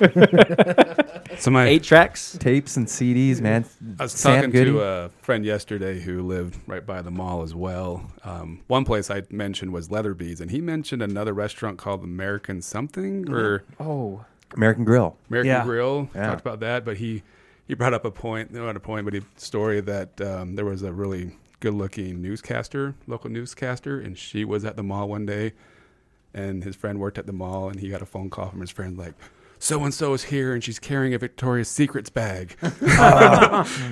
So my Eight tracks. tapes and CDs, man. I was Sam talking Goody. to uh, a friend yesterday who lived right by the mall as well. Um, one place I mentioned was Leatherbees, and he mentioned another restaurant called American something or Oh, American Grill. American Yeah. Grill. Yeah. Talked about that, but he he brought up a point, not a point, but a story that um, there was a really good-looking newscaster, local newscaster, and she was at the mall one day, and his friend worked at the mall, and he got a phone call from his friend like. So and so is here, and she's carrying a Victoria's Secrets bag.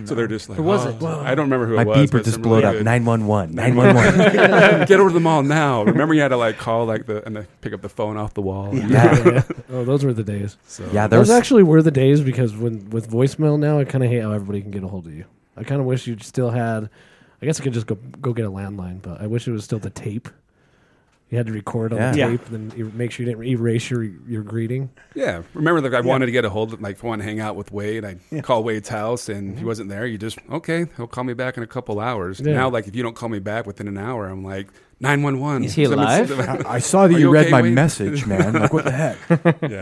so they're just like, who was it? I don't remember who My it was. beeper but just some blew really up. good- Nine one one. Nine one one. get over to the mall now. Remember, you had to like call like the and then pick up the phone off the wall. Yeah, oh, those were the days. So, yeah. There Those was actually were the days because when with voicemail now, I kind of hate how everybody can get a hold of you. I kind of wish you still had. I guess I could just go go get a landline, but I wish it was still the tape. You had to record on the Yeah. tape, then er- make sure you didn't erase your your greeting. yeah. Remember, like I wanted to get a hold of like want to hang out with Wade. I Yeah. call Wade's house and he wasn't there. You just okay. He'll call me back in a couple hours. Yeah. Now, like if you don't call me back within an hour, I'm like nine one one. Is he alive? I saw that Are you you read okay, my Wade? message, man. Like what the heck?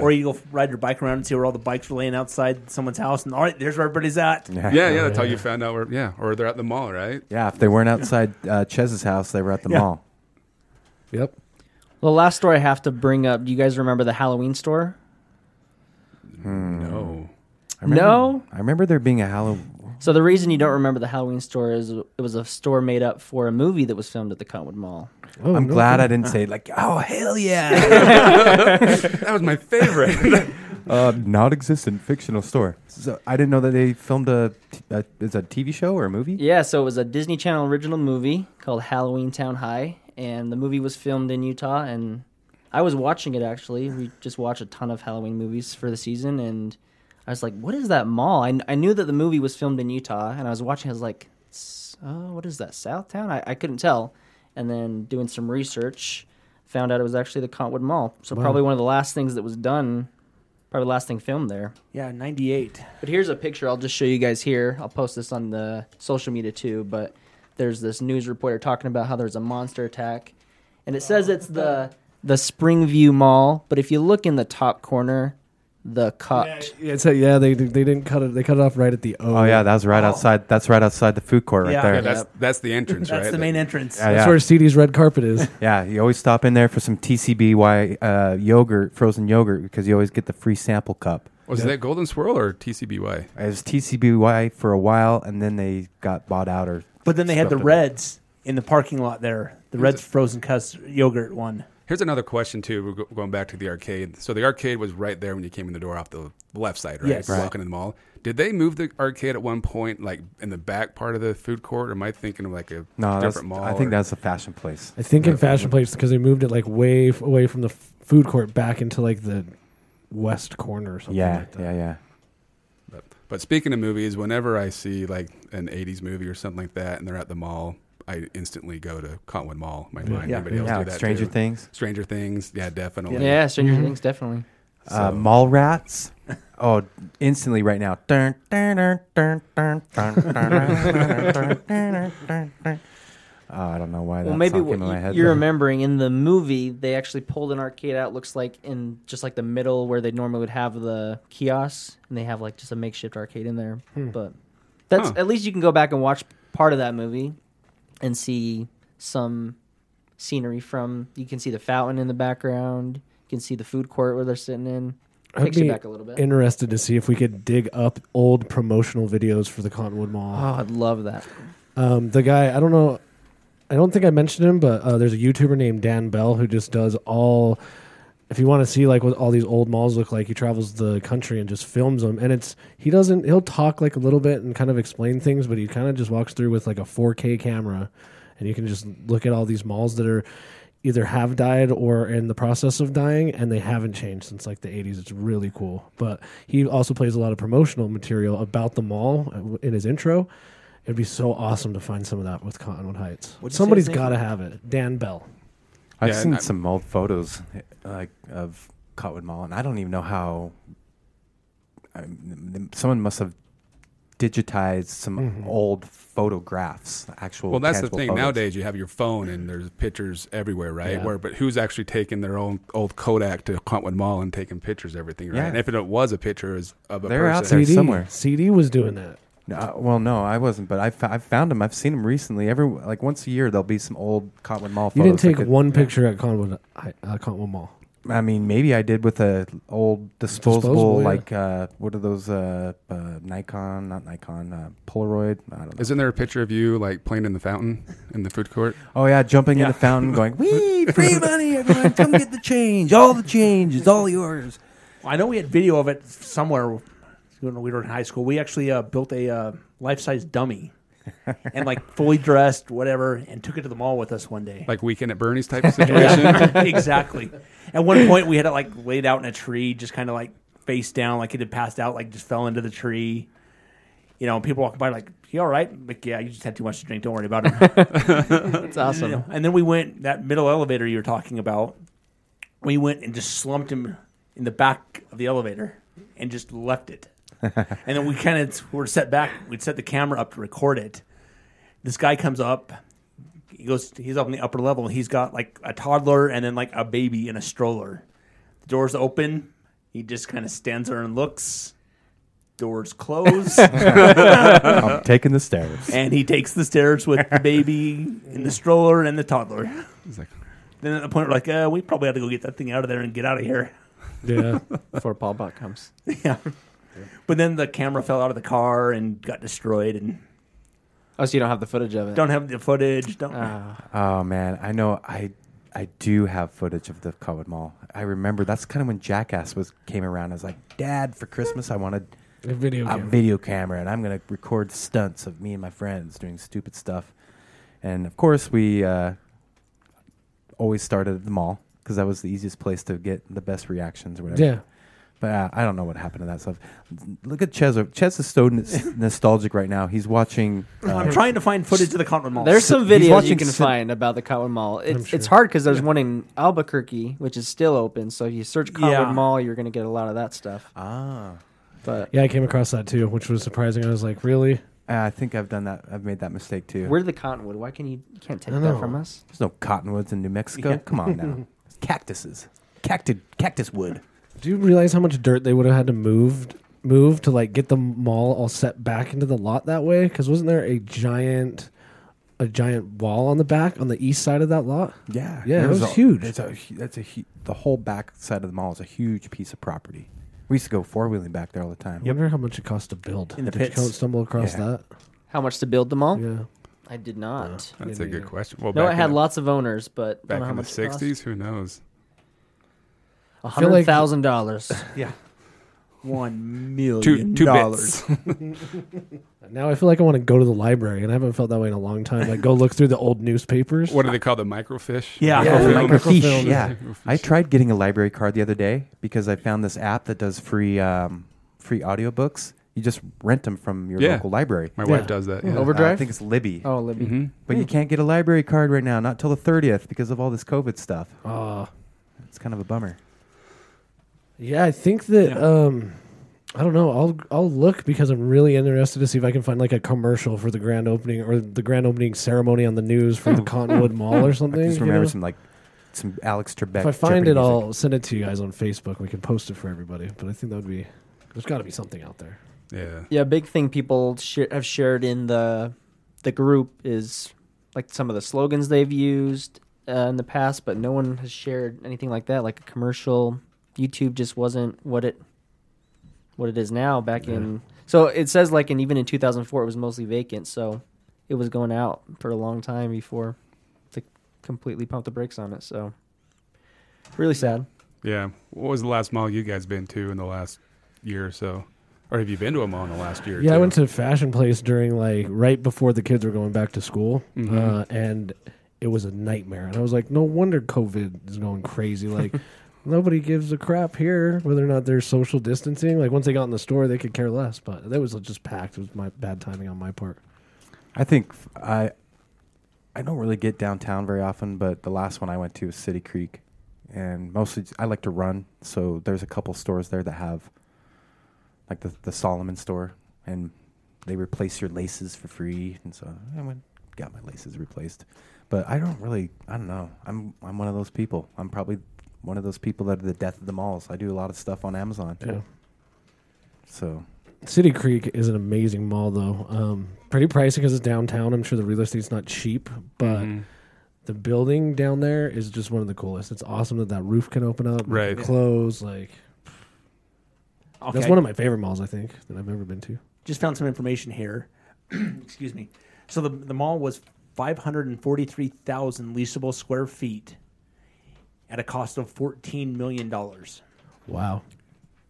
Or you go f- ride your bike around and see where all the bikes are laying outside someone's house, and all right, there's where everybody's at. Yeah, yeah. That's how you found out. Where, yeah, or they're at the mall, right? Yeah, if they weren't outside uh, Chez's house, they were at the Yeah. mall. Yep. the last story I have to bring up. Do you guys remember the Halloween store? No. I remember, No. I remember there being a Halloween. So the reason you don't remember the Halloween store is it was a store made up for a movie that was filmed at the Conwood Mall. Oh, I'm no glad kidding. I didn't say like, oh hell yeah, That was my favorite. uh, non-existent fictional store. So I didn't know that they filmed a, a is a TV show or a movie. Yeah, so it was a Disney Channel original movie called Halloween Town High, and the movie was filmed in Utah. And I was watching it actually. We just watch a ton of Halloween movies for the season, and I was like, "What is that mall?" I, I knew that the movie was filmed in Utah, and I was watching. I was like, "S- uh, "What is that? Southtown?" I, I couldn't tell. And then doing some research, found out it was actually the Contwood Mall. So probably one of the last things that was done, probably the last thing filmed there. Yeah, '98. But here's a picture I'll just show you guys here. I'll post this on the social media too. But there's this news reporter talking about how there's a monster attack, and it says it's the the Springview Mall. But if you look in the top corner, the cut. Yeah, it's a, yeah, they they didn't cut it. They cut it off right at the O. Oh yeah, that was right outside. That's right outside the food court right Yeah. there. Yeah, that's that's the entrance, That's right? the main entrance. Yeah, that's yeah. where CD's red carpet is. Yeah, you always stop in there for some TCBY uh, yogurt, frozen yogurt, because you always get the free sample cup. was that Golden Swirl or TCBY? It was TCBY for a while, and then they got bought out or But then they had the Stuff in it. Reds in the parking lot there. The Reds frozen custard yogurt one. Here's another question too. We're go- going back to the arcade. So the arcade was right there when you came in the door off the left side, right? Yes. Right. Walking in the mall. Did they move the arcade at one point, like in the back part of the food court? Or am I thinking of like a no. That's, different mall? I think or- that's a fashion place. I think in Fashion Place because they moved it like way f- away from the f- food court back into like the west corner or something. Yeah, like that. yeah, yeah. But, but speaking of movies, whenever I see like an '80s movie or something like that, and they're at the mall, I instantly go to Conwood Mall. in My mind. Yeah. Anybody else Yeah, do like that? Stranger too? Things. Stranger Things. Yeah, definitely. Yeah, Stranger Things definitely. Uh, So- mall rats. Oh, instantly right now. Dun, dun, dun, dun, dun, dun, dun, dun, dun, dun, dun, dun. Oh, I don't know why that Well, maybe song what came in my head. you're but- remembering in the movie, they actually pulled an arcade out. Looks like in just like the middle where they normally would have the kiosks, and they have like just a makeshift arcade in there. Hmm. But that's Huh. at least you can go back and watch part of that movie and see some scenery from. You can see the fountain in the background. You can see the food court where they're sitting in. I'd Takes you be back a little bit. Ah. Interested to see if we could dig up old promotional videos for the Cottonwood Mall. oh, I'd love that. Um, the guy, I don't know, I don't think I mentioned him, but uh, there's a YouTuber named Dan Bell who just does all. If you want to see like what all these old malls look like, he travels the country and just films them. And it's he doesn't he'll talk like a little bit and kind of explain things, but he kind of just walks through with like a 4K camera, and you can just look at all these malls that are either have died or in the process of dying and they haven't changed since like the 80s it's really cool but he also plays a lot of promotional material about the mall uh, in his intro it'd be so awesome to find some of that with cottonwood heights What'd you say somebody's his name got to have it dan bell I've Yeah, and seen I'm- some old photos like of Cotwood Mall, and I don't even know how. I, someone must have digitized some Mm-hmm. old photographs, actual. Well, that's the tangible thing. photos. Nowadays, you have your phone and there's pictures everywhere, right? Yeah. Where, but who's actually taking their own old Kodak to Cottonwood Mall and taking pictures of everything, right? Yeah. And if it was a picture is of a They're out person, there. somewhere. cd was doing that No, I- well, no, I wasn't, but I fo- I've found them. I've seen them recently. Every like once a year, there'll be some old Cotwood Mall. you Photos didn't take that could- one picture at cottonwood, Hi- uh, cottonwood mall I mean, maybe I did with a old disposable, Disposable, yeah. like uh, what are those? Uh, uh, Nikon, not Nikon, uh, Polaroid. I don't know. Isn't there a picture of you like playing in the fountain in the food court? Oh yeah, jumping in the fountain, going wee, free money, everyone, come get the change. All the change is all yours. Well, I know we had video of it somewhere when we were in high school. We actually uh, built a uh, life size dummy and like fully dressed, whatever, and took it to the mall with us one day. Like weekend at Bernie's type of situation? exactly. At one point, we had it like laid out in a tree, just kind of like face down, like it had passed out, like just fell into the tree. You know, and people walking by like, "You all right?" I'm like, yeah, you just had too much to drink. Don't worry about it. That's awesome. and then we went that middle elevator you were talking about. We went and just slumped him in the back of the elevator and just left it. and then we kind of were set back. We'd set the camera up to record it. This guy comes up. He goes. He's up on the upper level. He's got like a toddler and then like a baby in a stroller. The doors open. He just kind of stands there and looks. Doors close. I'm taking the stairs. and he takes the stairs with the baby in the stroller and the toddler. It's like, Then at the point, we're like, uh, we probably have to go get that thing out of there and get out of here. yeah Before Paul Buck comes. yeah. But then the camera fell out of the car and got destroyed, and Oh, so you don't have the footage of it? don't have the footage. Don't. Ah. Oh man, I know. I I do have footage of the Cotwood Mall. I remember that's kind of when Jackass was came around. I was like, Dad, for Christmas, I wanted a video a game video camera, and I'm gonna record stunts of me and my friends doing stupid stuff. And of course, we uh, always started at the mall because that was the easiest place to get the best reactions or whatever. yeah But uh, I don't know what happened to that stuff. Look at Ches. Ches is so n- nostalgic right now. He's watching. I'm Uh, trying to find footage of the Conrad Mall. There's some he's videos you watching can Sid- find about the Cottonwood Mall. It's, sure. it's hard because there's one in Albuquerque, which is still open. So if you search Cottonwood Yeah. Mall, you're going to get a lot of that stuff. ah, But yeah i came across that too which was surprising i was like really I think I've done that. I've made that mistake too. we're the Cottonwood. Why can you, you can't take I that know. from us? There's no cottonwoods in New Mexico. Yeah. Come on now, It's cactuses, cactus, cactus wood. Do you realize how much dirt they would have had to move move to like get the mall all set back into the lot that way? Because wasn't there a giant a giant wall on the back on the east side of that lot? Yeah, Yeah, It it was huge. It's a hu- that's a hu- the whole back side of the mall is a huge piece of property. We used to go four wheeling back there all the time. I wonder how much it cost to build. In the Did pits. you come stumble across Yeah. How much to build the mall? that? Yeah. I did not. that's a good question. Well, No, back it in had the- lots of owners, but I don't Uh, Back know how in the much it cost. '60s, who knows? A feel like- hundred thousand dollars. yeah. One million Two two dollars. bits. Now I feel like I want to go to the library and I haven't felt that way in a long time. Like go look through the old newspapers. what do they call the microfish? Yeah. Microfilm? Yeah, Microfiche, Microfilm. yeah. Microfiche. I tried getting a library card the other day because I found this app that does free um, free audiobooks. You just rent them from your Yeah. local library. My Yeah. wife does that. Yeah. Uh, I Overdrive? think it's Libby. Oh, Libby. hmm But you can't get a library card right now, not till the 30th because of all this COVID stuff. Ah. It's kind of a bummer. Yeah, I think that Yeah. um I don't know. I'll I'll look because I'm really interested to see if I can find like a commercial for the grand opening or the grand opening ceremony on the news for the Cottonwood Mall or something. I just you remember know? some like some Alex Trebek. if I find Jeopardy it, music. I'll send it to you guys on Facebook. We can post it for everybody. But I think that would be there's got to be something out there. Yeah. Yeah, a big thing people sh- have shared in the the group is like some of the slogans they've used uh, in the past, but no one has shared anything like that, like a commercial. YouTube just wasn't what it what it is now back in. So it says like in even in 2004 it was mostly vacant. So it was going out for a long time before they completely pumped the brakes on it. So really sad. Yeah. What was the last mall you guys been to in the last year or so? Or have you been to a mall in the last year? or Yeah, I two? went to a fashion place during like right before the kids were going back to school, uh, and it was a nightmare. And I was like, no wonder COVID is going crazy. Like nobody gives a crap here whether or not there's social distancing. Like once they got in the store, they could care less. But that was just packed. It was my bad timing on my part. I think f- I I don't really get downtown very often, but the last one I went to was City Creek, and mostly j- I like to run. So there's a couple stores there that have like the the Solomon store, and they replace your laces for free, and so I went got my laces replaced. But I don't really I don't know. I'm I'm one of those people. I'm probably one of those people that are the death of the malls. I do a lot of stuff on Amazon. Yeah. So City Creek is an amazing mall, though. Um, pretty pricey because it's downtown. I'm sure the real estate's not cheap, but the building down there is just one of the coolest. It's awesome that that roof can open up, and Right. Close like Okay. that's one of my favorite malls. I think that I've ever been to. just found some information here. Excuse me. So the the mall was 543,000 leasable square feet at a cost of 14 million dollars. Wow,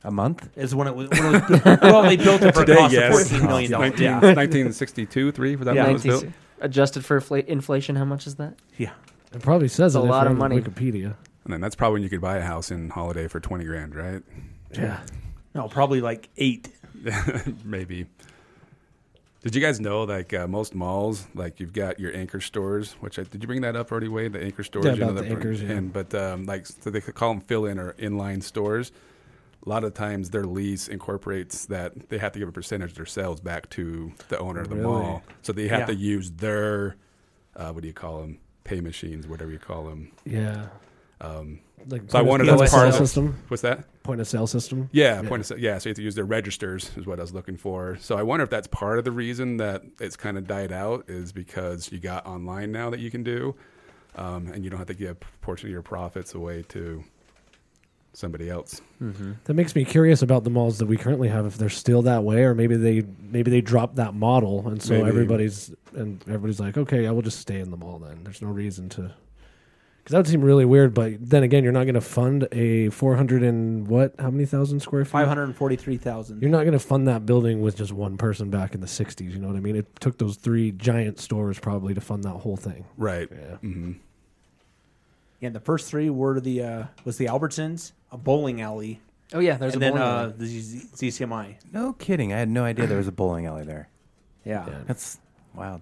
a month. Is when it was, when it was built. well, they built it for a cost yes. of 14 million dollars. 19, Yeah. 1962, three for that Yeah. one was built. 19 adjusted for infla- inflation, how much is that? yeah. it probably It's says a it if lot you're of on money. Wikipedia. And then that's probably when you could buy a house in Holiday for 20 grand, right? Yeah, No, probably like 8. Maybe. Did you guys know, like uh, most malls, like you've got your anchor stores, which I, did you bring that up already, Wade? The anchor stores, Yeah, you know, about that the bring- anchors, yeah. And but um, like so they could call them fill-in or inline stores. A lot of times, their lease incorporates that they have to give a percentage of their sales back to the owner of the Really? mall, so they have Yeah. to use their uh, what do you call them? Pay machines, whatever you call them. yeah. like Um, So I point of- wondered point that's of part of sale system. What's that? Point of sale system. Yeah, point of sale. Yeah, so you have to use their registers is what I was looking for. So I wonder if that's part of the reason that it's kind of died out is because you got online now that you can do, um, and you don't have to give a portion of your profits away to somebody else. That makes me curious about the malls that we currently have. If they're still that way, or maybe they maybe they dropped that model, and so Maybe. everybody's and everybody's like, okay, I will just stay in the mall then. There's no reason to, because that would seem really weird. But then again, you're not going to fund a 400 and what? How many thousand square feet? 543,000. You're not going to fund that building with just one person back in the 60s. You know what I mean? It took those three giant stores probably to fund that whole thing. Right. Yeah. Yeah, the first three were the uh, was the Albertsons, a bowling alley, Oh yeah, there's and a then bowling alley. uh, the Z- ZCMI. No kidding. I had no idea there was a bowling alley there. Yeah. Yeah. That's wild.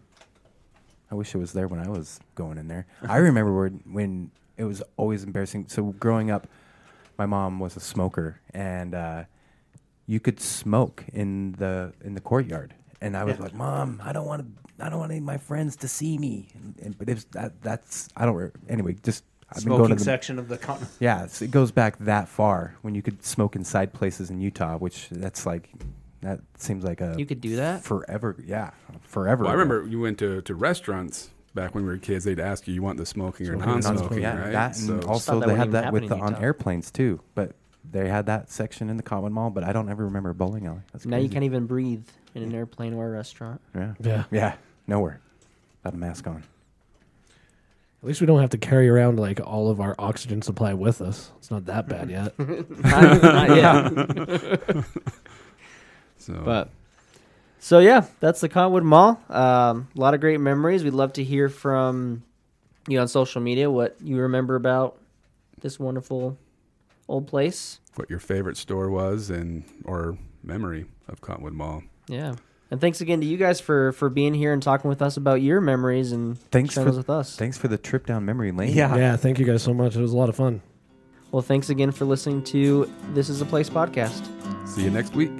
I wish it was there when I was going in there. I remember when, when it was always embarrassing. So growing up, my mom was a smoker, and uh, you could smoke in the in the courtyard. And I was Yeah. like, "Mom, I don't want to. I don't want any of my friends to see me." And, and, but it was, that, that's I don't. re- Anyway, just I've been going to Smoking the section of the con- yeah, it's- it goes back that far when you could smoke inside places in Utah, which that's like that seems like a You could do that? forever. Yeah, forever. Well, I ago. remember you went to, to restaurants back when we were kids. They'd ask you, "You want the smoking or non-smoking?" Non-smoking, yeah, right? that and also that they wouldn't had even that happen with in the on Utah. airplanes too, but they had that section in the common mall. But I don't ever remember a bowling alley. That's now you crazy. can't even breathe in an airplane or a restaurant. Yeah, Yeah. yeah, nowhere. Got a mask on. At least we don't have to carry around like all of our oxygen supply with us. It's not that bad yet. Not- not yet. so, But so yeah, that's the Conwood Mall. Um, a lot of great memories. We'd love to hear from you on social media what you remember about this wonderful old place. what your favorite store was and or memory of Cottonwood Mall? Yeah. And thanks again to you guys for for being here and talking with us about your memories and Thanks sharing for those with us. Thanks for the trip down memory lane. Yeah. yeah. Thank you guys so much. It was a lot of fun. well, thanks again for listening to This Is a Place podcast. See you next week.